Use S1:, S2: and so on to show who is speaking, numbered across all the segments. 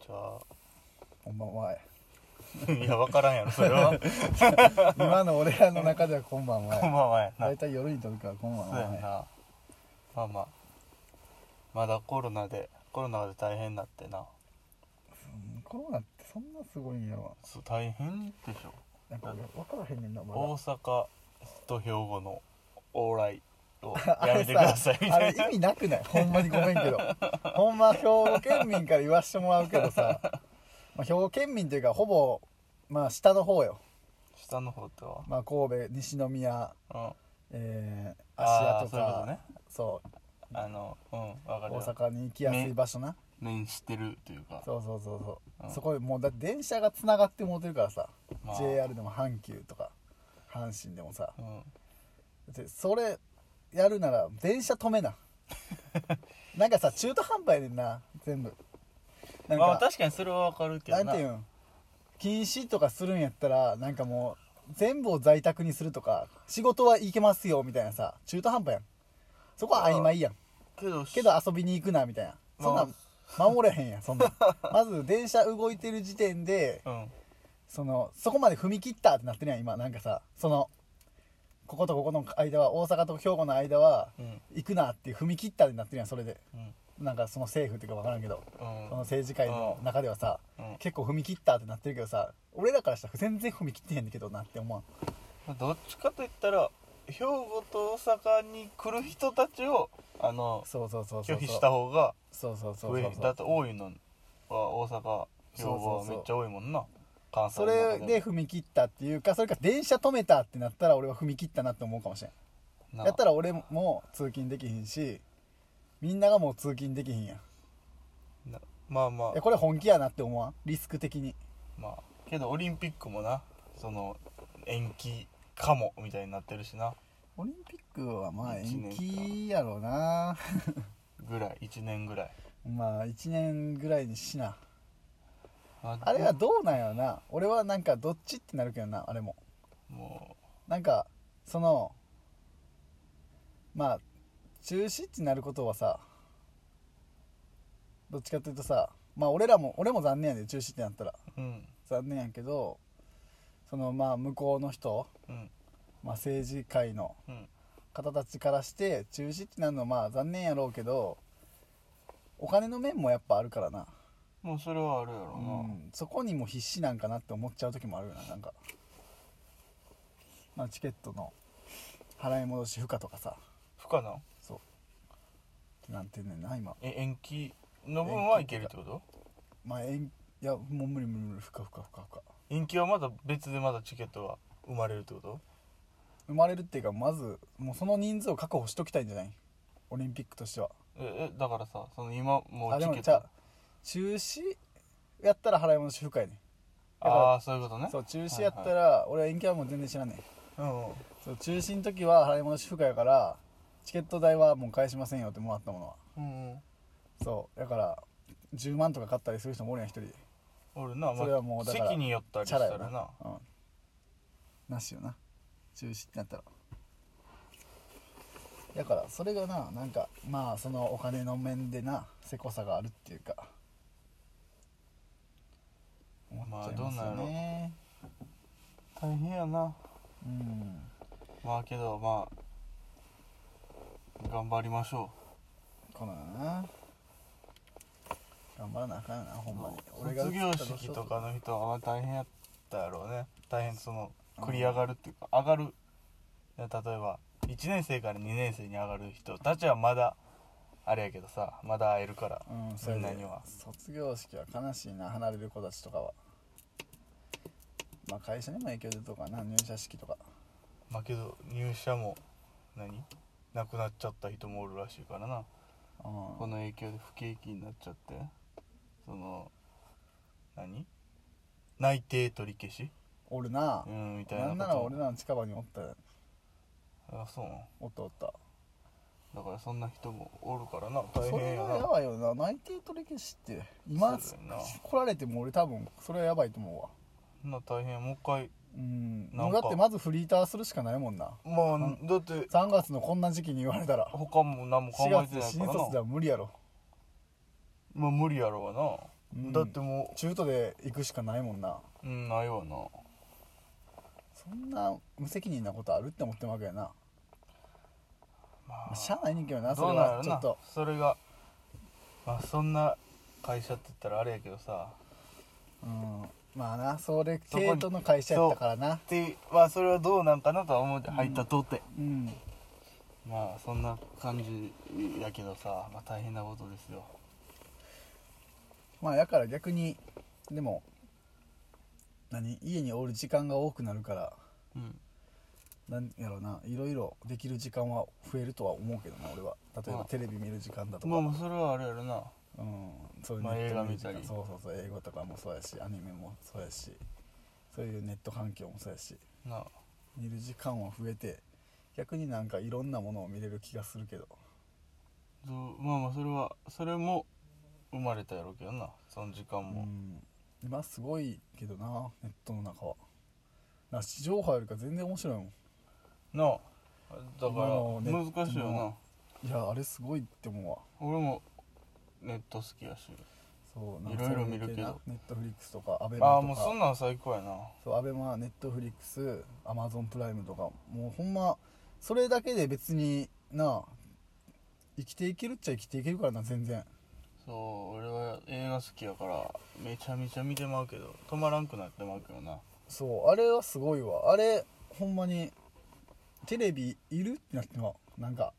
S1: じゃ
S2: こんばんは
S1: あ いや分からんやろそれは
S2: 今の俺らの中ではこんば
S1: こん
S2: んは
S1: ばんはやな
S2: 大体夜に撮るからこんばん
S1: そうやん
S2: は
S1: なまあまあまだコロナでコロナで大変になってな
S2: うんコロナってそんなすごいんやろ
S1: そう大変でしょ
S2: なんか俺分からへんねんなま
S1: 大
S2: だ
S1: 阪と兵庫の往来をやめてくださいみ た
S2: あれ
S1: いな
S2: 意味なくないほんまにごめん けどほんま兵庫県民から言わしてもらうけどさ、まあ、兵庫県民というかほぼまあ下の方よ、
S1: 下の方と
S2: まあ、神戸西宮
S1: は、うん、
S2: えー、
S1: あ
S2: 芦屋
S1: ー
S2: と
S1: そういうこ
S2: か
S1: ね
S2: そう
S1: あのうんわかる
S2: 大
S1: よ
S2: 阪に行きやすい場所な
S1: 面してるというか
S2: そうそうそうそう、
S1: うん
S2: そこでもうだって電車がつながってもうてるからさ、
S1: まあ
S2: JR でも阪急とか阪神でもさ
S1: うん
S2: でそれやるなら電車止 めななんかさ中途半端やねんな全部なん
S1: まあ
S2: か、
S1: 確かにそれはわかるけどな
S2: なんていうん禁止とかするんやったらなんかもう全部を在宅にするとか仕事は行けますよみたいなさ中途半端やんそこは曖昧やん
S1: けど
S2: けど遊びに行くなみたいなそんな守れへんやんそんなん まず電車動いてる時点で
S1: うん
S2: そのそこまで踏み切ったってなってるやん今なんかさそのこことここの間は大阪と兵庫の間は
S1: うん
S2: 行くなっていう踏み切ったってなってるやんそれで
S1: うん
S2: なんかその政府っていうか分からんけど
S1: うん
S2: その政治界の中ではさ
S1: うん
S2: 結構踏み切ったってなってるけどさ俺らからしたら全然踏み切ってへんけどなって思わん
S1: どっちかといったら兵庫と大阪に来る人たちをあの
S2: そうそうそうそう
S1: 拒否した方が
S2: そうそうそう
S1: 増え
S2: そう
S1: だって多いのは大阪兵庫はめっちゃ多いもんな関西
S2: そ
S1: の
S2: れ
S1: 中
S2: で踏み切ったっていうかそれか電車止めたってなったら俺は踏み切ったなって思うかもしれん
S1: な
S2: やったら俺も通勤できひんしみんながもう通勤できひんやん
S1: なまあま
S2: いや
S1: あ
S2: これ本気やなって思わんリスク的に
S1: まあけどオリンピックもなその延期かもみたいになってるしな
S2: オリンピックはまあ
S1: 一年
S2: 延
S1: か
S2: 期やろうな
S1: ぐらい1年ぐらい
S2: まあ1年ぐらいにしな
S1: あ
S2: あれはどうなんやろな俺はなんかどっちってなるけどなあれも
S1: も
S2: なんかそのまあ中止ってなることはさどっちかっていうとさまあ俺らも俺も残念やで中止ってなったら
S1: ううん
S2: 残念やけどそのまあ向こうの人、
S1: うん
S2: まあ、政治界の
S1: うん
S2: 方たちからして中止ってなるのはまあ残念やろうけどお金の面もやっぱあるからな、
S1: もうそれはあるやろ
S2: う
S1: な、
S2: ん、そこにも必死なんかなって思っちゃう時もあるよななんか、まあ、チケットの払い戻し負荷とかさ
S1: 不可能
S2: そうなんて言うねんな今
S1: え延期の分はいけるってこと
S2: まあえんいやもう無理無理無理負荷負荷負荷負荷
S1: 延期はまだ別でまだチケットが生まれるってこと
S2: 生まれるっていうかまずもうその人数を確保しときたいんじゃないオリンピックとしては
S1: ええだからさその今も
S2: あ
S1: う
S2: で
S1: チ
S2: も
S1: ケッ
S2: じゃ
S1: ト
S2: あ中止やったら払い戻し不快ねだから
S1: ああーそういうことね
S2: そう中止やったら俺は延期はもう全然知らんねん
S1: うんうん
S2: そう中止の時は払い戻し不可やからチケット代はもう返しませんよってもらったものは
S1: うんうん
S2: そうだから10万とか買ったりする人もおるやん一人
S1: 俺な、まあ、
S2: それはもうだから
S1: 席に寄ったりし
S2: チ
S1: た
S2: ャラ
S1: ら
S2: よ
S1: な
S2: なうんなしよな中止ってなったらだからそれがななんかまあそのお金の面でなせこさがあるっていうか思っちゃいますよね、
S1: 大変やな
S2: うん
S1: まあけどまあ頑張りましょ
S2: このな頑張らなあかんよなほんまに
S1: う卒業式とかの人はまあ大変やったやろうね大変その繰り上がるっていうか、上がる例えば1年生から2年生に上がる人たちはまだあれやけどさまだ会えるから
S2: うんそれ
S1: みんな
S2: で
S1: には
S2: 卒業式は悲しいな離れる子たちとかはまあ会社にも影響出るとかな入社式とか
S1: まあけど入社も何亡くなっちゃった人もおるらしいからな
S2: うん
S1: この影響で不景気になっちゃってその何内定取り消し
S2: おるな
S1: うんみたいな
S2: な
S1: こと
S2: んなら俺らの近場におったよ
S1: あそうなん
S2: おったおった
S1: だからそんな人もおるからな大
S2: そ
S1: 変
S2: れ
S1: や
S2: は
S1: な
S2: やばいよな内定取り消しって今
S1: そうだよな
S2: 来られても俺多分それはやばいと思うわ
S1: そんな大変もう一回
S2: うん
S1: なんか
S2: だってまずフリーターするしかないもんな
S1: まあ、
S2: ん
S1: だって
S2: 3月のこんな時期に言われたら
S1: 他も何も考
S2: 4
S1: え
S2: 月
S1: て
S2: で
S1: ない
S2: 新
S1: から
S2: 卒で
S1: な
S2: は無理やろ
S1: まあ無理やろう
S2: うん
S1: だっても
S2: 中途で行くしかないもんな
S1: ううんないわな
S2: そんな無責任なことあるって思ってるわけやな、
S1: ま
S2: まあ、しゃあないねんけどなそ
S1: どう
S2: れ
S1: なんや
S2: は
S1: ろ
S2: ちょっ
S1: な
S2: と
S1: それがまあそんな会社って言ったらあれやけどさ
S2: うんまあなそれ
S1: そこに
S2: 系統の会社やったからな
S1: ってまあそれはどうなんかなとは思うて入ったとて、
S2: うん
S1: まあそんな感じやけどさ、まあ、大変なことですよ
S2: まあやから逆にでも何家におる時間が多くなるから
S1: うん
S2: なんやろうないろいろできる時間は増えるとは思うけどな俺は例え
S1: ま
S2: ば
S1: あ
S2: テレビ見る時間だとか、
S1: まあまあそれはあれやろな
S2: うんそういう
S1: まあ
S2: ネット
S1: 映画見
S2: 見
S1: た
S2: た
S1: り
S2: りそうそうそう英語とかもそうやしアニメもそうやしそういうネット環境もそうやし
S1: なあ
S2: 見る時間は増えて逆になんかいろんなものを見れる気がするけど
S1: どうまあまあそれはそれも生まれたやろうけどなその時間
S2: う
S1: も、
S2: ん今すごいけどなネットの中はな地上波よりか全然面白いもん
S1: なあだ
S2: 今のネッ
S1: か
S2: ト
S1: ら難しいよな
S2: のいやあれすごいって思うわ
S1: 俺もネット好きやし
S2: そう
S1: いろいろ見るけど
S2: ネットフリックスとかアベマとか
S1: ああもうそんなん最高やな
S2: そうアベマネットフリックスアマゾンプライムとかもうほんまそれだけで別になあ生きていけるっちゃ生きていけるからな全然
S1: そう俺は映画好きやからめちゃめちゃ見てまうけど止まらんくなってまうけどな
S2: そうあれはすごいわあれほんまにテレビいるってなってもなんか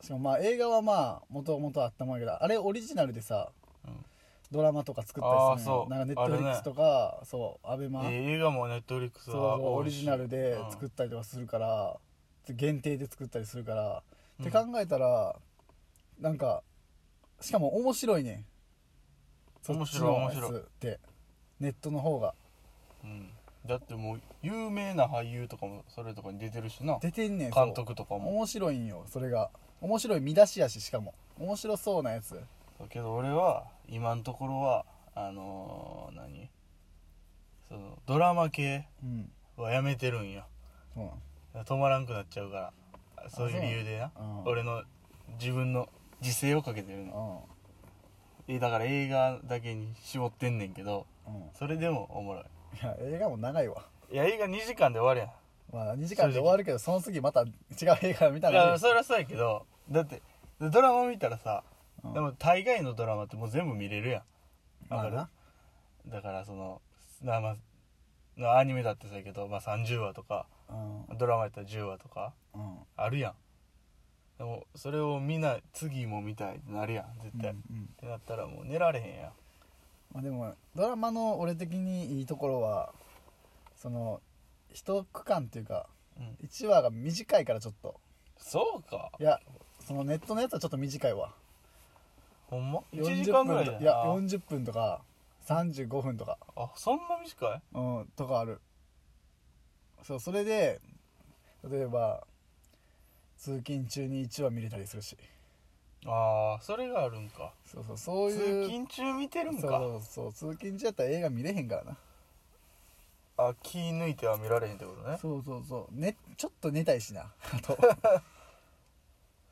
S2: しかもまあ映画はまあもともとあったもんやけどあれオリジナルでさ、
S1: うん
S2: ドラマとか作ったりする
S1: あーそ
S2: のよ
S1: う
S2: なんかネットフリックスとか、そうアベマ、
S1: え映画もネットフリックス
S2: そう
S1: は
S2: そうオ
S1: 多い
S2: リ
S1: し
S2: ジナルで
S1: うん
S2: 作ったりとかするから、限定で作ったりするから、
S1: うん
S2: って考えたらなんかしかも面白いねそっちの
S1: 面
S2: や
S1: 白い面白い
S2: つってネットの方が
S1: うん、だってもう有名な俳優とかもそれとかに出てるしな
S2: 出てんねんそう
S1: 監督とかも
S2: 面白いんよそれが面白い見出しやししかも面白そうなやつ
S1: だけど俺は今のところはあのー、何そのドラマ系
S2: うん
S1: はやめてるんよ
S2: そうなん
S1: 止まらんくなっちゃうからそういう理由でな
S2: そうなのうん
S1: 俺の自分の自制をかけてるね
S2: う
S1: えだから映画だけに絞ってんねんけど
S2: んうんい
S1: それでもおもろい
S2: や映画も長いわ
S1: いや映画2時間で終わる
S2: まあ2時間で終わるけどその次また違う映画見た
S1: やんい
S2: ら
S1: やそれはそうやけどだってドラマ見たらさ、
S2: うん
S1: でも大概のドラマってもう全部見れるやん
S2: まあな
S1: るだからそのな、まあ、アニメだってそうやけど、まあ、30話とか
S2: うんうん
S1: ドラマやったら10話とかあるやんでもそれをみんな次も見たいってなるやん絶対、
S2: う
S1: っ
S2: んうん
S1: てなったらもう寝られへんやん
S2: まあ、でもドラマの俺的にいいところはその一区間っていうか
S1: うん、
S2: 1話が短いからちょっと
S1: そうか
S2: いやそのネットのやつはちょっと短いわ
S1: ほんま1
S2: 40
S1: 時間
S2: 分
S1: ぐらい
S2: とか
S1: だよ
S2: いや
S1: な
S2: 40分とか35分とか
S1: あそんな短い
S2: うんとかあるそうそれで例えば通勤中に1話見れたりするし
S1: ああそれがあるんか
S2: そうそうそう
S1: 通
S2: いう
S1: 勤中見てるん
S2: そ
S1: か
S2: うそうそう通勤中やったら映画見れへんからな
S1: あ気抜いては見られへんってことね
S2: そうそうそう、ね、ちょっと寝たいしな あと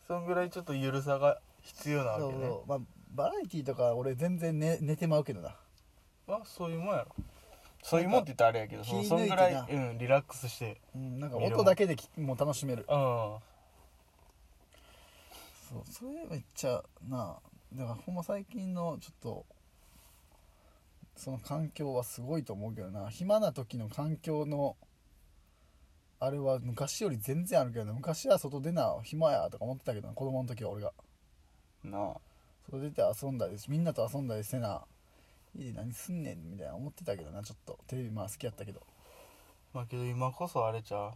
S1: そんぐらいちょっと緩さが必要なわけ
S2: そう
S1: ね
S2: そう、まあ、バラエティーとか俺全然寝寝てまうけどな
S1: まあそういうもんやろそういうもんって言ったらあれやけどその
S2: 気抜い
S1: そ
S2: てなん
S1: ぐらい、うん、リラックスして
S2: うんなんか
S1: 見るもん
S2: 音だけできもう楽しめる
S1: うんあ
S2: そうそれめっちゃなだからほんま最近のちょっとその環境はすごいと思うけどな暇な時の環境のあれは昔より全然あるけどな昔は外出な暇やとか思ってたけどな子供の時は俺が
S1: なあ
S2: 外出て遊んだりみんなと遊んだりせな家で何すんねんみたいな思ってたけどなちょっとテレビまあ好きやったけど
S1: まあけど今こそあれちゃ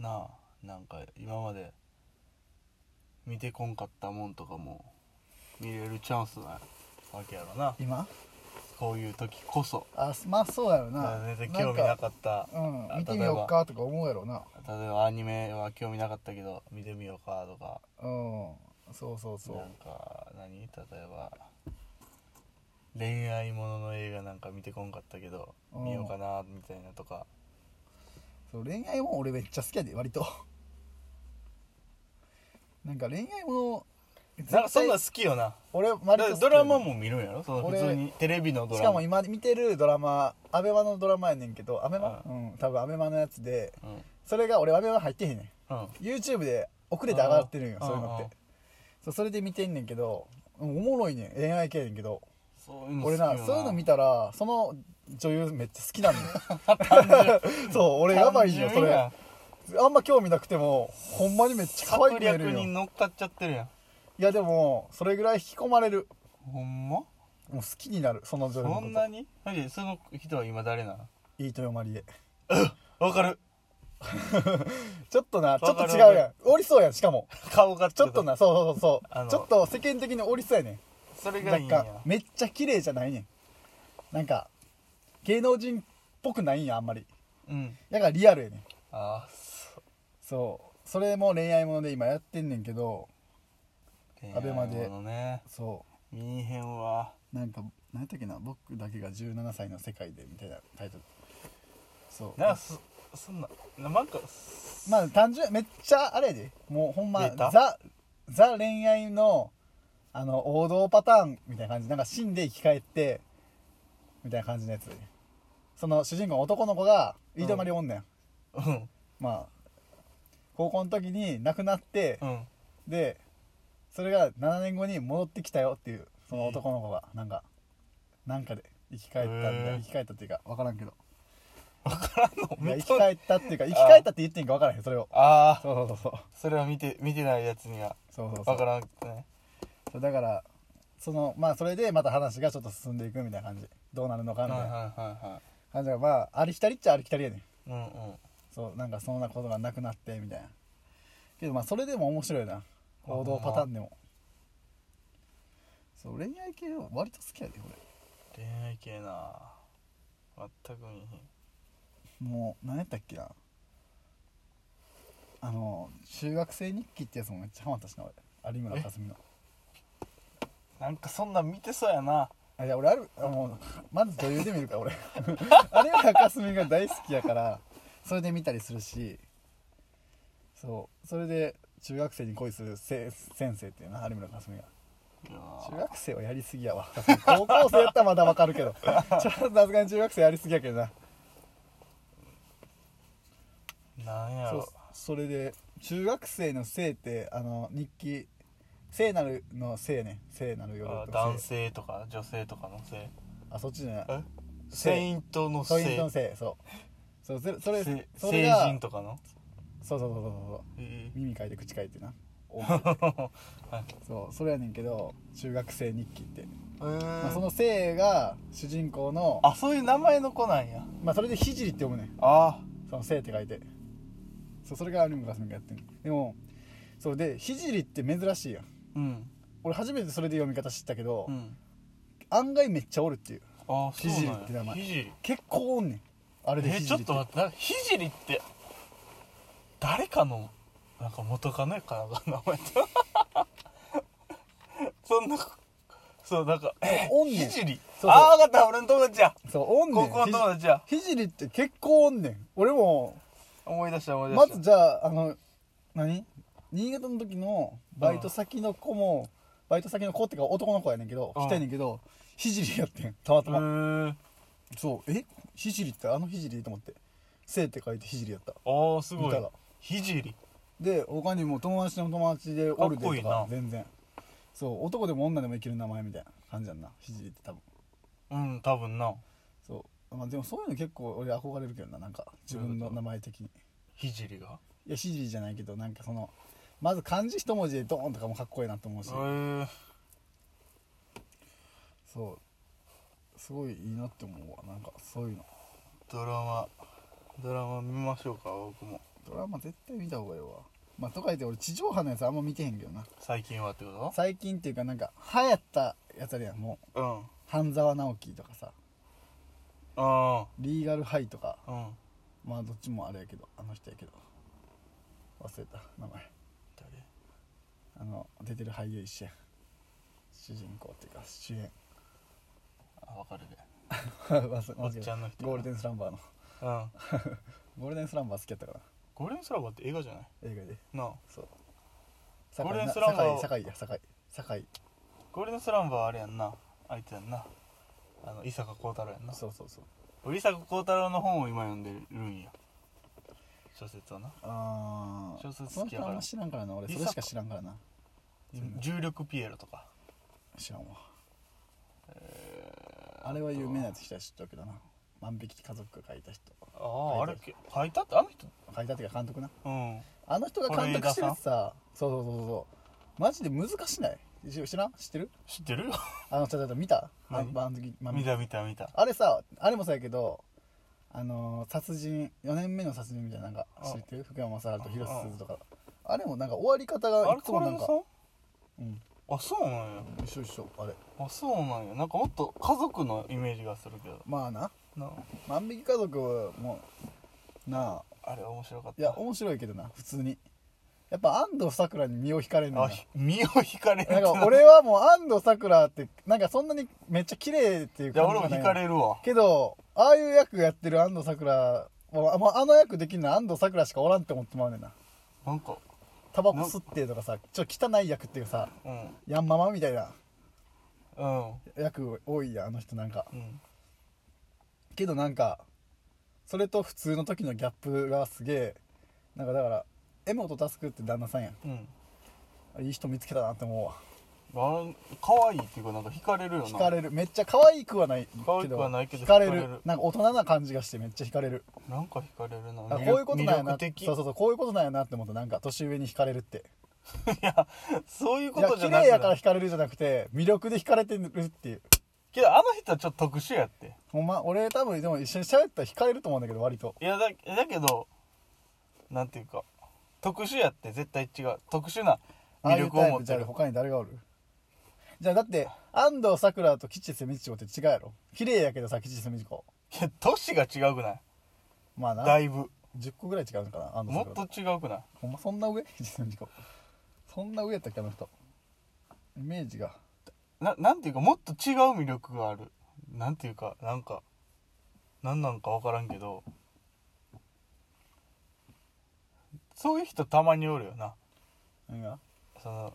S1: うなあなんか今まで見てこんかったもんとかも見れるチャンスなわけやろな
S2: 今
S1: こういう時こそ
S2: あすまあそうやろ
S1: だか
S2: な
S1: ら全然興味なかった
S2: なんか、うん、
S1: あ
S2: 見てみようかとか思うやろな
S1: 例えばアニメは興味なかったけど見てみようかとか
S2: うんそうそうそう
S1: なんか何例えば恋愛ものの映画なんか見てこんかったけど
S2: うん
S1: 見ようかなみたいなとか
S2: そう恋愛も俺めっちゃ好きやで割と なんか恋愛もの
S1: なんかそんなん好きよな
S2: 俺割と好き
S1: だ
S2: だね
S1: ドラマも見るんやろその普
S2: 俺
S1: 通にテレビのド
S2: し
S1: ラ
S2: かも
S1: マ
S2: 今見てるドラマアベマのドラマやねんけどアベマうん多分アベマのやつで
S1: うん
S2: それが俺アベマ入ってへんね
S1: うん
S2: ん YouTube で遅れて上がってるんよ
S1: あー
S2: そういうの
S1: あーあ
S2: っ
S1: ー
S2: てそうそれで見てんねんけどうんおもろいねん恋愛系やねんけど
S1: そういうの好
S2: 俺
S1: きよ
S2: なそういうの見たらその女優めっちゃ好きなんだよ そう俺やばいよそ
S1: 単純
S2: れ
S1: や
S2: あんま興味なくてもほんまにめっちゃ可愛
S1: 策
S2: く見える
S1: 略
S2: んよ
S1: に乗っかっちゃってるやん
S2: いやでもそれぐらい引き込まれる
S1: ほんま
S2: もう好きになるその女優のこ
S1: そ
S2: と
S1: んなにだけどその人は今誰なの
S2: いいとよまりえ
S1: わかる
S2: ちょっとなちょっと
S1: わか
S2: 違
S1: るわか
S2: う
S1: る
S2: やんおりそうやんしかも
S1: 顔が
S2: ちょっとなそうそうそ
S1: あ
S2: う
S1: の
S2: ちょっと世間的におりそうやね
S1: それ
S2: ん
S1: が
S2: ない
S1: い
S2: ん
S1: ん
S2: か
S1: や
S2: めっちゃ綺麗じゃないねんなんか芸能人っぽくないんやあんまり
S1: うん
S2: だからリアルやねん
S1: ああそう
S2: そうそれも恋愛もので今やってんねんけどアベマで
S1: 恋愛ものね
S2: そ
S1: 見えへんわ
S2: うなんか何やったっけな僕だけが17歳の世界でみたいなタイトルそう
S1: なんかそそんななんか
S2: まあ単純めっちゃあれやでもうほんま
S1: 出た
S2: ザザ恋愛のあの王道パターンみたいな感じなんか死んで生き返ってみたいな感じのやつその主人公の男の子が飯泊まりおんねん、
S1: うん
S2: まあ高校の時に亡くなって、
S1: うん
S2: でそれが7年後に戻ってきたよっていうその男の子がなんか、なんかで生き返ったんだ、
S1: へえ
S2: 生き返ったっていうか分からんけどいや
S1: 見と
S2: 生き
S1: んあ
S2: 返ったっていうか生き返ったって言ってんか分からへんそれを
S1: あー
S2: そうそうそうそう
S1: それは見て見てないやつには
S2: そうそうそう
S1: わからんね
S2: そうだからそのまあそれでまた話がちょっと進んでいくみたいな感じどうなるのか
S1: はい
S2: み
S1: は
S2: た
S1: い
S2: いな
S1: はいはい
S2: 感じがまあありきたりっちゃありきたりやねん
S1: うんうん
S2: そうなんかそんなことがなくなってみたいなけどまあそれでも面白いな王道パターンでもそう恋愛系は割と好きやでこ
S1: 恋愛系な全く見えへん
S2: れもう何やったっけなあの中学生日記ってやつもめっちゃハマったしな俺有村架純の
S1: なんかそんなん見てそうやな
S2: あいや俺あるあもうまず女優で見るから俺 有村架純が大好きやからそれで見たりするしそうそれで中学生に恋するせ先生っていうな有村架純が
S1: いや
S2: 中学生はやりすぎやわ高校生やったらまだわかるけどち ょっとさすがに中学生やりすぎやけどな
S1: ーなんや
S2: そう
S1: ろ
S2: それで中学生の生ってあの日記聖なるの生ね聖なる夜
S1: あ
S2: と
S1: 男性とか女性とかの性
S2: あそっちじゃない
S1: えセイントの
S2: ポイン
S1: 性
S2: トの生そうそうそれそれ
S1: せ
S2: それ
S1: 成
S2: が
S1: 人とかの
S2: そうそうそうそうそう
S1: ええ
S2: 耳かいて口かいてな
S1: はい
S2: そうそれやねんけど中学生日記って、まあ、そ
S1: あ
S2: の生が主人公の
S1: そういう名前の子なんや
S2: まあそれで「ひじり」って読むねん
S1: あ
S2: その生って書いてそうそれが有村架純がやってんのでもそうで「ひじり」って珍しいやん
S1: うん
S2: 俺初めてそれで読み方知ったけど、
S1: うん
S2: 案外めっちゃおるっていう
S1: あ
S2: ひじりって名前
S1: ひじり
S2: 結構おんねんあれで
S1: え
S2: ひ
S1: ち
S2: じ
S1: ょ
S2: り
S1: ってと待ってなんかひじりって誰かのなんか元カノやかなんかの名前だ そんなそうなんかえ
S2: おんね
S1: ひ
S2: ん
S1: じり
S2: そうそう
S1: ああ分かった俺の友達や
S2: そうおんね
S1: 高
S2: ん
S1: 校の友達や
S2: ひじりって結構おんねん俺も
S1: 思い出した思い出
S2: ま
S1: した
S2: ずじゃああの何新潟の時のバイト先の子も、バイト先の子ってか男の子やねんけど、
S1: うん
S2: 来てんねんけどひじりやってんたまたま、
S1: へえ
S2: そうえひじりってあのひじりと思って「生」って書いてひじりやった
S1: ああすご
S2: 見
S1: い
S2: たら
S1: ひじり
S2: で他にも友達の友達でおるで
S1: かっこいい
S2: とか
S1: な
S2: 全然そう男でも女でもいける名前みたいな感じやんなひじりって多分
S1: うん多分な
S2: そう、まあ、でもそういうの結構俺憧れるけどななんか自分の名前的に
S1: ひじりが
S2: いやひじりじゃないけどなんかそのまず漢字一文字でドーンとかもかっこいいなと思うし、
S1: え
S2: そうすごいいいなって思うわなんかそういうの
S1: ドラマドラマ見ましょうか僕も
S2: ドラマ絶対見た方がいいわまあとか言って俺地上波のやつあんま見てへんけどな
S1: 最近はってこ
S2: 最近っていうかなんか流行ったやつあるやんもう
S1: とうん
S2: 半沢直樹とかさ
S1: あ
S2: リーガルハイとか
S1: あうん
S2: まあどっちもあれやけどあの人やけど忘れた名前
S1: 誰
S2: あの出てる俳優一緒や主人公っていうか主 演
S1: あ分かるで
S2: 忘れ
S1: おっ
S2: 忘れ
S1: ちゃ
S2: た
S1: んの人
S2: ゴールデンスランバーの
S1: うん
S2: ゴールデンスランバー好きやったか
S1: ゴールデンスラバーって映画じゃない
S2: ら映画で
S1: なあ
S2: そう
S1: ゴ
S2: 酒
S1: ール
S2: 井
S1: デン
S2: な
S1: スランバー
S2: 酒井酒井や酒井酒井
S1: ゴールデンスランバーはあれやんなあいつやんなあの伊坂幸太郎やんな
S2: そうそうそう
S1: 俺伊坂幸太郎の本を今読んでるんや小説をな
S2: ああ
S1: 小説
S2: そ
S1: 好
S2: の
S1: きや
S2: 人
S1: か
S2: あん
S1: ら
S2: ま知らんからな俺それしか知らんからな
S1: 重力ピエロとか
S2: 知らんわあれは有名なやつ人は知っとるけどな万引き家族が書いた人
S1: あああ
S2: 書い
S1: れ
S2: た
S1: け書いたってあの人
S2: 書いたっていうか監督な
S1: うん
S2: あの人が監督してるってさそうそうそうそうマジで難しない知知らん知ってる
S1: 知って るよ
S2: あのちょっと見たあ
S1: 何
S2: 万引き万引
S1: 見
S2: き
S1: た見た見た
S2: あれさあれもそうやけどあのー殺人4年目の殺人みたいななんか知ってる福山雅治と広瀬すずとかあれもなんか終わり方
S1: あ
S2: が
S1: れ
S2: いつ
S1: こ
S2: もな
S1: れ
S2: ん
S1: も
S2: か
S1: さん
S2: うん
S1: あそうなんや
S2: 一緒一緒あれ
S1: あそうなんやなんかもっと家族のイメージがするけど
S2: まあな
S1: な
S2: 万引き家族もなあ
S1: あれ面白かった
S2: いや面白いけどな普通にやっぱ安藤サクラに身を引かれるん
S1: あ
S2: だ
S1: ひ身を引かれる
S2: なんか
S1: い
S2: 俺はもう安藤サクラってなんかそんなにめっちゃ綺麗っていう
S1: や
S2: 感じ
S1: 俺も
S2: じゃない
S1: 引かれるわ
S2: けどああいう役やってる安藤サクラはまああの役できるのは安藤サクラしかおらんって思ってまうねんな
S1: なんか
S2: タバコ吸ってとかさちょっと汚い役っていうかさ
S1: うん
S2: ヤンママみたいな
S1: うん
S2: 役多いやんあの人なんか
S1: うん
S2: けどなんかそれと普通の時のギャップがすげえなんかだから柄本佑って旦那さんや
S1: うん
S2: んいい人見つけたなって思うわ
S1: あ可愛いっていうかなんか惹かれるよな
S2: 惹かれるめっちゃ可愛くはない
S1: 可愛くはないけど
S2: 惹かれ
S1: 惹
S2: る
S1: かれる
S2: なんか大人な感じがしてめっちゃ惹かれる
S1: なんか惹かれるな
S2: あこういうことなん
S1: 魅
S2: やな
S1: 力
S2: そう
S1: 的
S2: そうそうこういうことなんやなって思ったなんか年上に惹かれるって
S1: いやそういう
S2: い
S1: こ
S2: や
S1: とじ
S2: 綺
S1: ゃな
S2: 麗
S1: く
S2: やから
S1: て
S2: 惹かれるじゃなくて魅力で惹かれてるっていう
S1: けどあの人はちょっと特殊やって
S2: ほんま俺多分でも一緒に喋ったら惹かれると思うんだけど割と
S1: いやだだけどなんていうか特殊やって絶対違う特殊な
S2: ああ
S1: 魅
S2: いう
S1: 力を
S2: タイ
S1: 持っ
S2: プじ
S1: て
S2: ゃあ
S1: る
S2: 他に誰がおるじゃあだって安藤サクラと吉瀬美智子って違うやろ綺麗やけどさ吉瀬美智子
S1: いや年が違うくない
S2: まあ
S1: だ
S2: ない
S1: ぶ
S2: 10個ぐらい違うんかな安藤
S1: も
S2: サ
S1: っ
S2: クラ
S1: と違うくない
S2: ほんまそんな上吉瀬美智子そんな上やったっけあの人イメージが
S1: ななんていうかもっと違う魅力があるなんていうかなんかなんなんか分からんけどそういう人たまにおるよな
S2: 何が
S1: その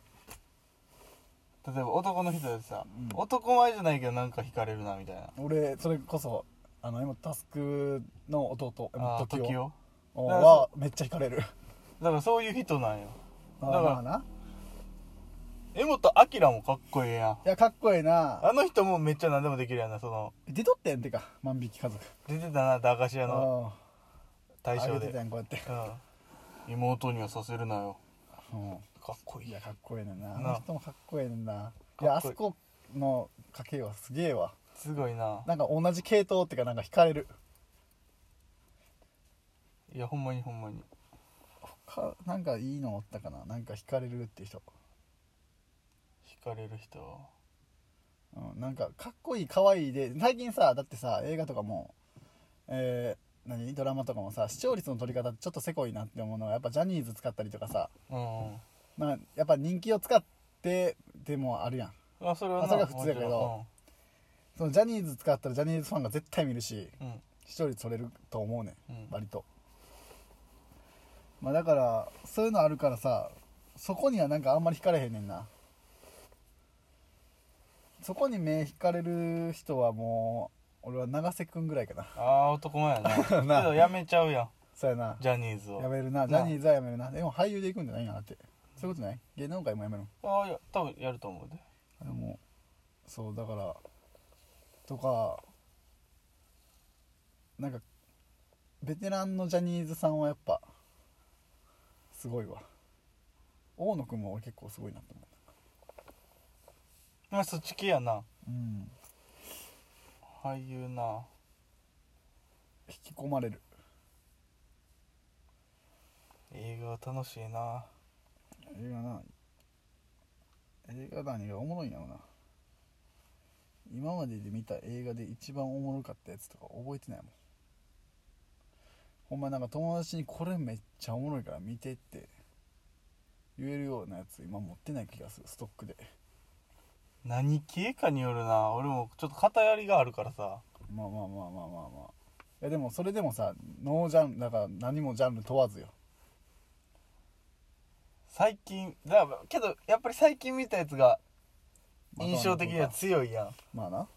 S1: 例えば男の人でさ、
S2: うん
S1: 男前じゃないけどなんか惹かれるなみたいな
S2: 俺それこそあの今タスクの弟
S1: あー
S2: 時
S1: 時
S2: を
S1: を
S2: はめっちゃ惹かれる
S1: だからそういう人なんよ
S2: あ
S1: だ
S2: ー
S1: から
S2: まあな
S1: 柄本明もかっこええやん
S2: いやかっこええな
S1: あの人もめっちゃ何でもできるやんなその
S2: 出とってんてか万引き家族
S1: 出てたな駄菓子屋の
S2: ああ
S1: 大
S2: あ
S1: 将
S2: げ
S1: で
S2: てたやんこうやって
S1: うん、妹にはさせるなよ
S2: う
S1: かっこ
S2: ん
S1: い
S2: い
S1: い
S2: やかっこええねんなあ
S1: なあ
S2: の人もかっこええねんな
S1: こい
S2: い
S1: い
S2: やあそこの家系はすげえわ
S1: すごいな
S2: なんか同じ系統っていうかなんか惹かれる
S1: いやほんまにほんまに
S2: 他なんかいいのおったかななんか惹かれるって人、
S1: 惹かれる人は
S2: うん、なんかかっこいいかわいいで最近さだってさ映画とかもえー何ドラマとかもさ視聴率の取り方ちょっとせこいなって思うのはやっぱジャニーズ使ったりとかさ
S1: うん
S2: まあやっぱ人気を使ってでもあるやん
S1: あそれは
S2: あそれが普通やけど
S1: もちろ
S2: そのジャニーズ使ったらジャニーズファンが絶対見るし
S1: んうん
S2: 視聴率取れると思うねん
S1: うん
S2: 割とまあだからそういうのあるからさそこにはなんかあんまり惹かれへんねんなそこに目惹かれる人はもう俺は永瀬くんぐらいかな
S1: ああ男前や なけ
S2: な
S1: どやめちゃうやん
S2: そうやな
S1: ジャニーズを
S2: やめるなジャニーズはやめるなでも俳優で行くんじゃないんやなってそういうことない芸能界もやめるの
S1: ああいや多分やると思うで
S2: あれもそうだからとかなんかベテランのジャニーズさんはやっぱすごいわ大野くんも俺結構すごいなと思
S1: まあそっち系やな
S2: ううん
S1: 俳優な
S2: 引き込まれる
S1: 映画は楽しいな
S2: 映画な映画何がおもろいんやろな今までで見た映画で一番おもろかったやつとか覚えてないもんほんまなんか友達にこれめっちゃおもろいから見てって言えるようなやつ今持ってない気がするストックで
S1: 何系かによるな俺もちょっと偏りがあるからさ
S2: まあまあまあまあまあまあいやでもそれでもさノージャンルだから何もジャンル問わずよ
S1: 最近だからけどやっぱり最近見たやつが
S2: また
S1: 印象的には強いやん
S2: まあなも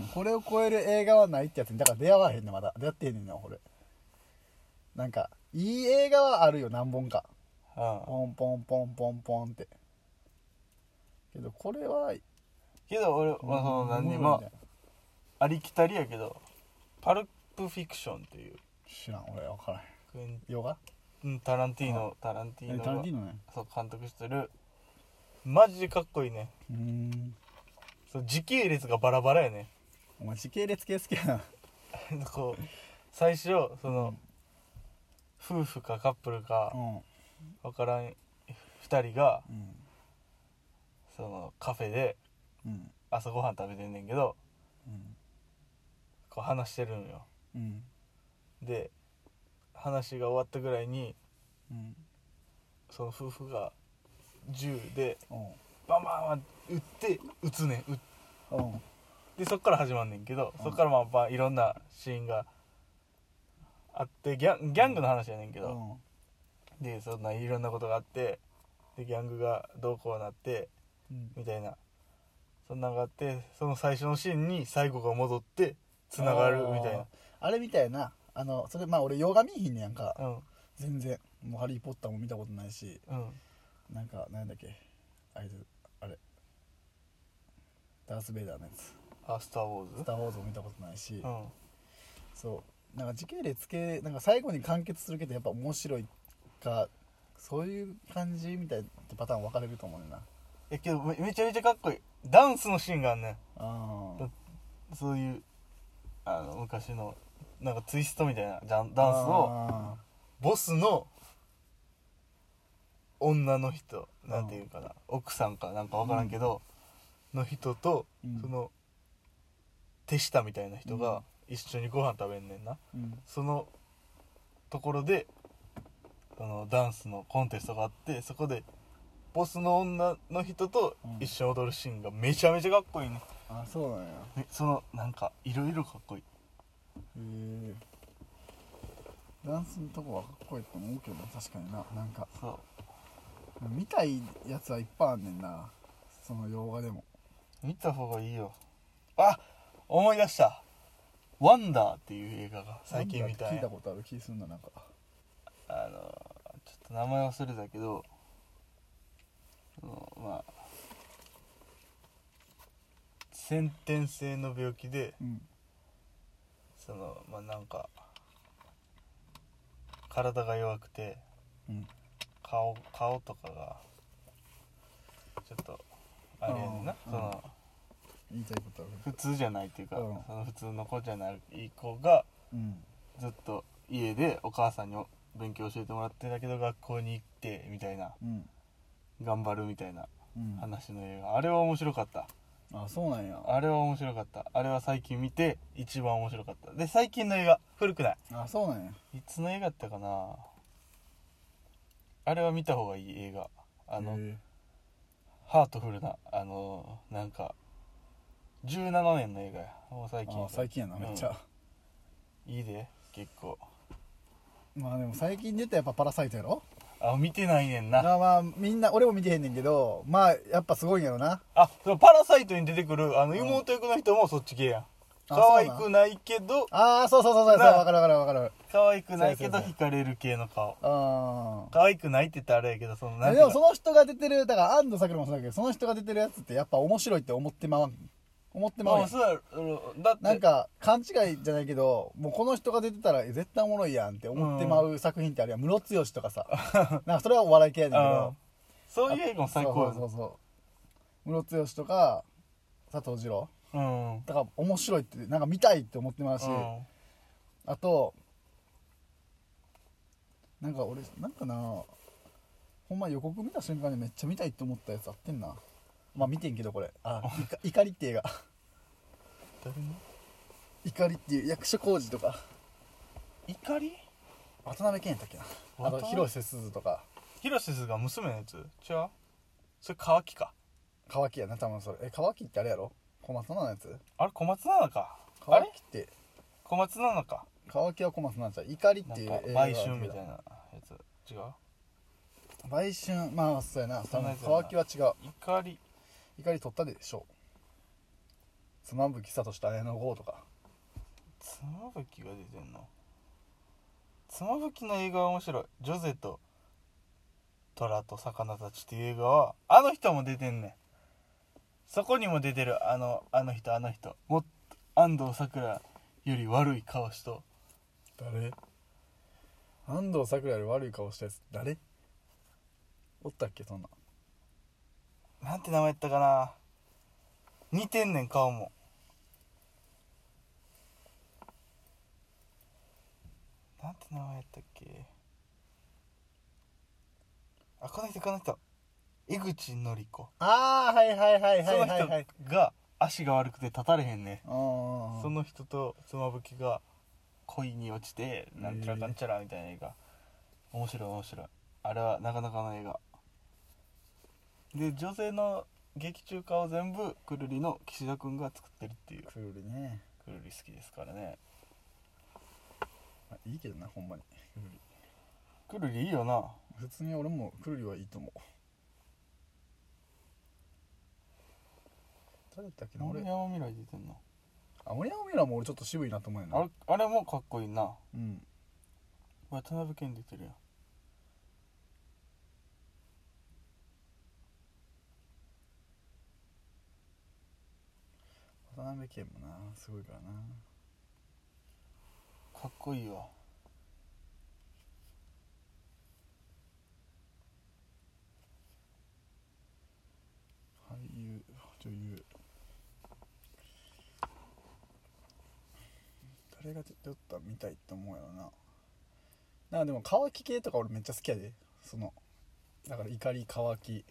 S2: うこれを超える映画はないってやつにだから出会わへんねんまだ出会ってへんねんな俺なんかいい映画はあるよ何本か
S1: うん
S2: ポンポンポンポンポンってけどこれは
S1: けど俺はその何にもありきたりやけどパルプフィクションっていう
S2: 知らん俺分からへん
S1: クエン
S2: ヨガ
S1: うんタランティーノタランティ
S2: え
S1: ーノ
S2: タラ
S1: が
S2: ンティーノね
S1: そう監督してるマジでかっこいいね
S2: うーん
S1: そう時系列がバラバラやね
S2: お前時系列系好きやな
S1: こう最初その夫婦かカップルか
S2: うんうん
S1: 分からん2人がそのカフェで
S2: うん
S1: 朝ごはん食べてんねんけど
S2: うん
S1: こう話してるんよ
S2: うん
S1: で話が終わったぐらいに
S2: うん
S1: その夫婦が銃で
S2: お
S1: バンバンバン撃って撃つねん撃っ
S2: うんうん
S1: でそっから始まんねんけど、
S2: うん
S1: そっからまあまあいろんなシーンがあってギャンギャングの話やねんけ
S2: う
S1: ど、
S2: ん
S1: でそんないろんなことがあってでギャングがどうこうなって
S2: うん
S1: みたいなそんなんがあってその最初のシーンに最後が戻ってつながるみたいな
S2: あーあれみたいなあのそれまあ俺洋画見ひんねやんか
S1: うん
S2: 全然もう「ハリー・ポッター」も見たことないし
S1: うん
S2: なんかなんだっけあいつあれダース・ベイダーのやつ
S1: あスター・ウォ
S2: 「
S1: ー
S2: ス
S1: ズ
S2: ター・ウォーズ」も見たことないし、
S1: うん
S2: そうなんか時系列系なんか最後に完結するけどやっぱ面白いかそういう感じみたいなパターン分かれると思うねんな
S1: えけどめめちゃめちゃかっこいいダンスのシーンがあんね
S2: あー
S1: だんそういうあの昔のなんかツイストみたいなジャンダンスを
S2: あ
S1: ボスの女の人なんていうかな奥さんかなんか分からんけど、の人と、
S2: うん
S1: その手下みたいな人が一緒にご飯食べんねんな、
S2: ーうん
S1: そのところでそのダンスのコンテストがあってそこでボスの女の人と一緒に踊るシーンがめちゃめちゃかっこいいね、
S2: あそうなんや
S1: えそのなんかいろいろかっこいい
S2: へえダンスのとこはかっこいいと思うけどな確かにななんか
S1: そう
S2: 見たいやつはいっぱいあんねんなその洋画でも
S1: 見た方がいいよあ思い出した「ワンダー」っていう映画が最近見た
S2: なんか聞い
S1: い
S2: たことある気すんななんか
S1: あのちょっと名前忘れたけどそのまあ先天性の病気で
S2: うん
S1: そのまあなんか体が弱くて
S2: うん
S1: 顔顔とかがちょっとあれやねんな、そ
S2: うん
S1: の
S2: 言いたいことある
S1: 普通じゃないっていうか、
S2: うん
S1: その普通の子じゃない子が
S2: うん
S1: ずっと家でお母さんにお勉強教えてもらってたけど学校に行ってみたいな
S2: うん
S1: 頑張るみたいな
S2: うん
S1: 話の映画あれは面白かった
S2: あそうなんや
S1: あれは面白かったあれは最近見て一番面白かったで最近の映画古くない
S2: あそうなんや
S1: いつの映画やったかなあれは見た方がいい映画あの
S2: へえ
S1: ハートフルなあのなんか17年の映画やもう最近
S2: あ最近やなめっちゃ、
S1: いいで結構
S2: まあでも最近出たやっぱ「パラサイト」やろ
S1: あ見てないねんな
S2: まあまあみんな俺も見てへんねんけどまあやっぱすごいんやろな
S1: あそのパラサイトに出てくるあの
S2: ん
S1: 妹役の人もそっち系やん
S2: あ
S1: 可愛
S2: そうな
S1: くないけど
S2: ああそうそうそうそうそう
S1: な
S2: わかるわかるわかる
S1: 可愛くないけど
S2: そうそう
S1: 惹かれる系の顔
S2: ああ
S1: 可愛くないって言ったらあれやけどそのなんて
S2: え
S1: い
S2: で
S1: う
S2: もそ
S1: の
S2: の人が出てるだから安藤サクラもそうだけどその人が出てるやつってやっぱ面白いって思ってまわん思ってまうや
S1: あ
S2: ん
S1: そうやろだって
S2: なんか勘違いじゃないけどもうこの人が出てたらえ絶対おもろいやんって思ってまう作品ってあるやんムロツヨシとかさ なんかそれはお笑い系やねんけ
S1: うん
S2: ど
S1: そういう映画も最高や
S2: そうそ
S1: ぞ
S2: うそうそうムロツヨシとか佐藤二朗
S1: うん
S2: だから面白いってなんか見たいって思ってまうし、
S1: うん
S2: あとなんか俺なんかなほんま予告見た瞬間にめっちゃ見たいって思ったやつあってんなまあ見てんけどこれ あいか怒りって映画
S1: 誰の
S2: 怒りっていう役所広司とか
S1: 怒り
S2: 渡辺謙やったっけなあ
S1: 渡
S2: と
S1: 辺
S2: 広瀬すずとか
S1: 広瀬すずが娘のやつ違うそれ乾きか
S2: 乾きやな多分それえ乾きってあれやろ小松菜のやつ
S1: あれ小松菜奈かあ
S2: 乾き
S1: れ
S2: って
S1: 小松菜奈か
S2: 乾きは小松菜ちゃう怒りっ
S1: な
S2: て
S1: ん
S2: いう
S1: か
S2: 映画
S1: 売春みたいなやつ違う
S2: 売春まあそうやな
S1: そんなやつやな
S2: 多分乾きは違う
S1: 怒り
S2: 光取ったでしょう妻夫木聡と綾野剛とか
S1: 妻夫木が出てんの妻夫木の映画は面白い「ジョゼと虎と魚たち」っていう映画はあの人も出てんねんそこにも出てるあのあの人あの人もっと安藤サクラより悪い顔しと
S2: 誰安藤サクラより悪い顔したやつ誰おったっけそんな
S1: なんて名前やったかな似てんねん顔もなんて名前やったっけあこの人この人江口のり子
S2: ああはいはいはい
S1: そ
S2: はい
S1: の
S2: はいはい
S1: 人が足が悪くて立たれへんね
S2: そ
S1: その人と妻夫木が恋に落ちてなんちゃらかんちゃらみたいな映画面白い面白いあれはなかなかの映画で女性の劇中歌を全部くるりの岸田君が作ってるっていう
S2: クールね、
S1: くるり好きですからね
S2: まあ、いいけどなほんまにくるり
S1: くるりいいよな
S2: 普通に俺もくるりはいいと思う誰だったっけな
S1: 森
S2: 俺
S1: 山未来出てんの
S2: あ森山未来も俺ちょっと渋いなと思うよな
S1: あれあれもかっこいいな
S2: うん
S1: 渡辺謙出てるやん
S2: 渡辺謙もなすごいからな
S1: かっこいいわ
S2: 俳優女優誰が出ておったら見たいって思うよななんかでも乾き系とか俺めっちゃ好きやでそのだから怒り乾き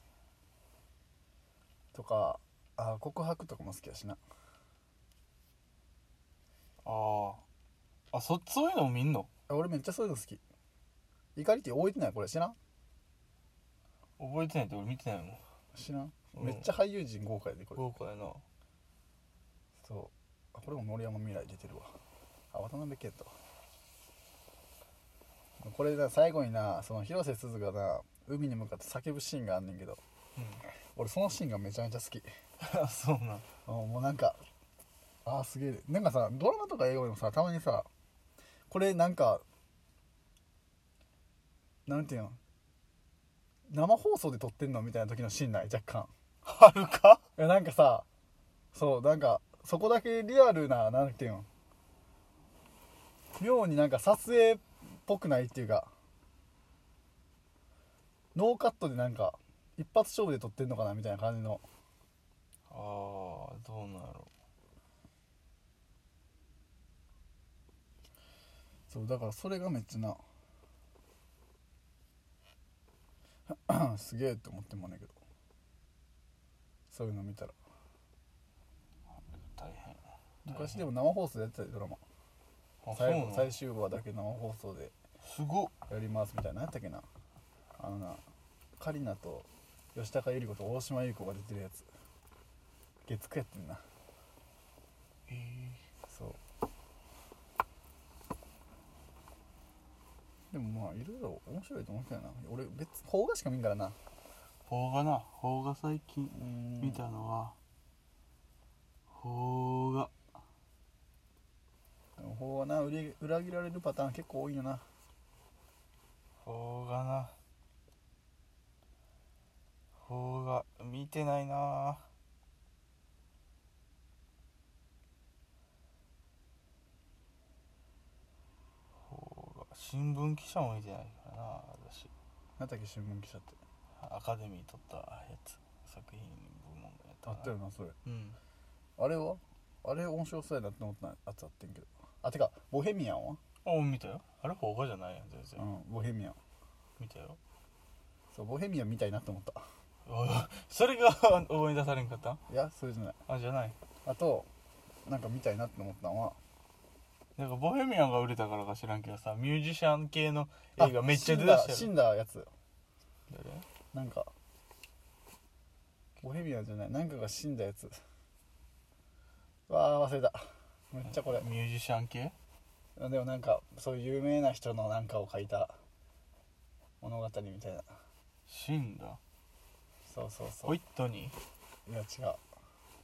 S2: とかあ告白とかも好きやしな
S1: あーあそそういうのも見んの
S2: あ俺めっちゃそういうの好き怒りって覚えてないこれ知らん
S1: 覚えてないって俺見てないもん
S2: 知らん、
S1: うん
S2: めっちゃ俳優陣豪華やでこれ
S1: 豪華やな
S2: そうあこれも森山未来出てるわあ渡辺謙とこれな最後になその広瀬すずがな海に向かって叫ぶシーンがあんねんけど俺そのシーンがめちゃめちゃ好き
S1: あそうなん
S2: あもうなんかあーすげえなんかさドラマとか映画でもさたまにさこれなんかなんていうの生放送で撮ってんのみたいな時のシーンない若干
S1: あるか
S2: いやなんかさそうなんかそこだけリアルななんていうの妙になんか撮影っぽくないっていうかノーカットでなんか一発勝負で撮ってんのかなみたいな感じの
S1: ああどうなんやろ
S2: そうだからそれがめっちゃな すげえって思ってもんねんけどそういうの見たら
S1: 大変
S2: 昔でも生放送でやってたでドラマ
S1: あそう
S2: 最
S1: な
S2: 後
S1: の
S2: 最終話だけ生放送です
S1: ごっ
S2: やりますみたいな何やったっけなあのなカリナと吉高由里子と大島優子が出てるやつ月9やってんな
S1: えー
S2: そうでもまあいろいろ面白いと思うけどな俺別邦画しか見んからな
S1: 邦画な邦画最近
S2: うん
S1: 見たのは邦画
S2: でも邦画な裏切裏切られるパターン結構多いよな
S1: 邦画な邦画見てないな邦画新聞記者も見てないからな私
S2: 何だっけ新聞記者って
S1: アカデミー取ったやつ作品部門がやった
S2: あ
S1: な
S2: ったよなそれ
S1: うん
S2: あれはあれ面白そうやなって思ったやつあってんけどあてかボヘミアンは、
S1: あ見たよあれ邦画じゃないやん全
S2: う
S1: 然、
S2: ん、ボヘミアン
S1: 見たよ
S2: そうボヘミアンみたいなって思った
S1: あそれが 思い出されんかった
S2: いやそれじゃない
S1: あじゃない
S2: あとなんか見たいなって思ったのは
S1: なんかボヘミアンが売れたからか知らんけどさミュージシャン系の映画めっちゃ出だ
S2: だ
S1: した
S2: 死
S1: よ
S2: んだやつ
S1: 誰
S2: なんかボヘミアンじゃないなんかが死んだやつわあ忘れためっちゃこれ
S1: ミュージシャン系
S2: でもなんかそういう有名な人のなんかを書いた物語みたいな
S1: 死んだ
S2: そうそうそ
S1: ホ
S2: う
S1: イットニ
S2: いや違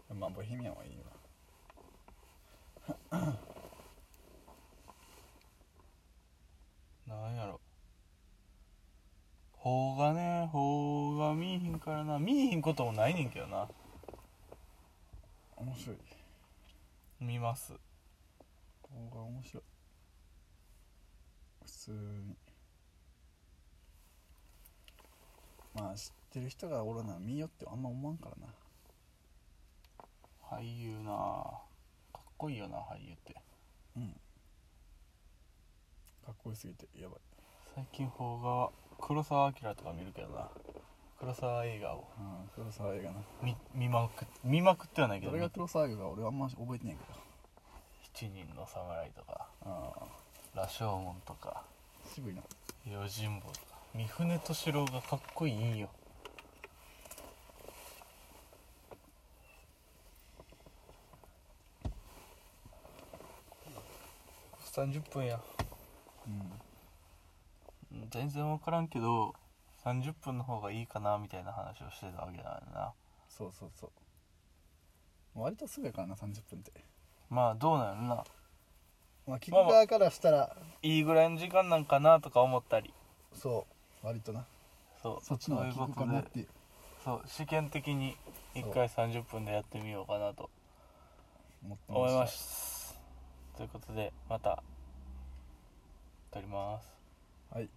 S2: うまあボヘミアンはいいわ
S1: なんやろ邦画ね邦画見いひんからな見いひんこともないねんけどな
S2: 面白い
S1: 見ます
S2: 動画面白い普通にまあ知ってる人がおるなら見よってあんま思わんからな
S1: 俳優なかっこいいよな俳優って
S2: うんかっこよすぎてやばい
S1: 最近邦画は黒澤明とか見るけどな黒澤映画を
S2: うん黒沢映画な
S1: 見見まく見まくってはないけ
S2: ど
S1: ど
S2: れが
S1: ね
S2: 黒沢映画か俺はあんま覚えてないから
S1: 七人の侍とか
S2: ああ
S1: 羅生門とか
S2: 渋いな
S1: 用心棒とか三船敏郎がかっこいいんよ30分や
S2: うん
S1: うん全然分からんけど30分の方がいいかなみたいな話をしてたわけだよな
S2: そうそうそう割とすぐやからな30分って
S1: まあどうなるな
S2: まあ聞く側からしたら
S1: いいぐらいの時間なんかなとか思ったり
S2: そう割とな
S1: そう
S2: そっちの方が
S1: そうい
S2: 聞
S1: う
S2: く
S1: こ
S2: か
S1: と
S2: なっ
S1: で
S2: ていう
S1: そう試験的に1回30分でやってみようかなと
S2: 思って
S1: 思いま
S2: ました
S1: すということでまた撮ります
S2: はい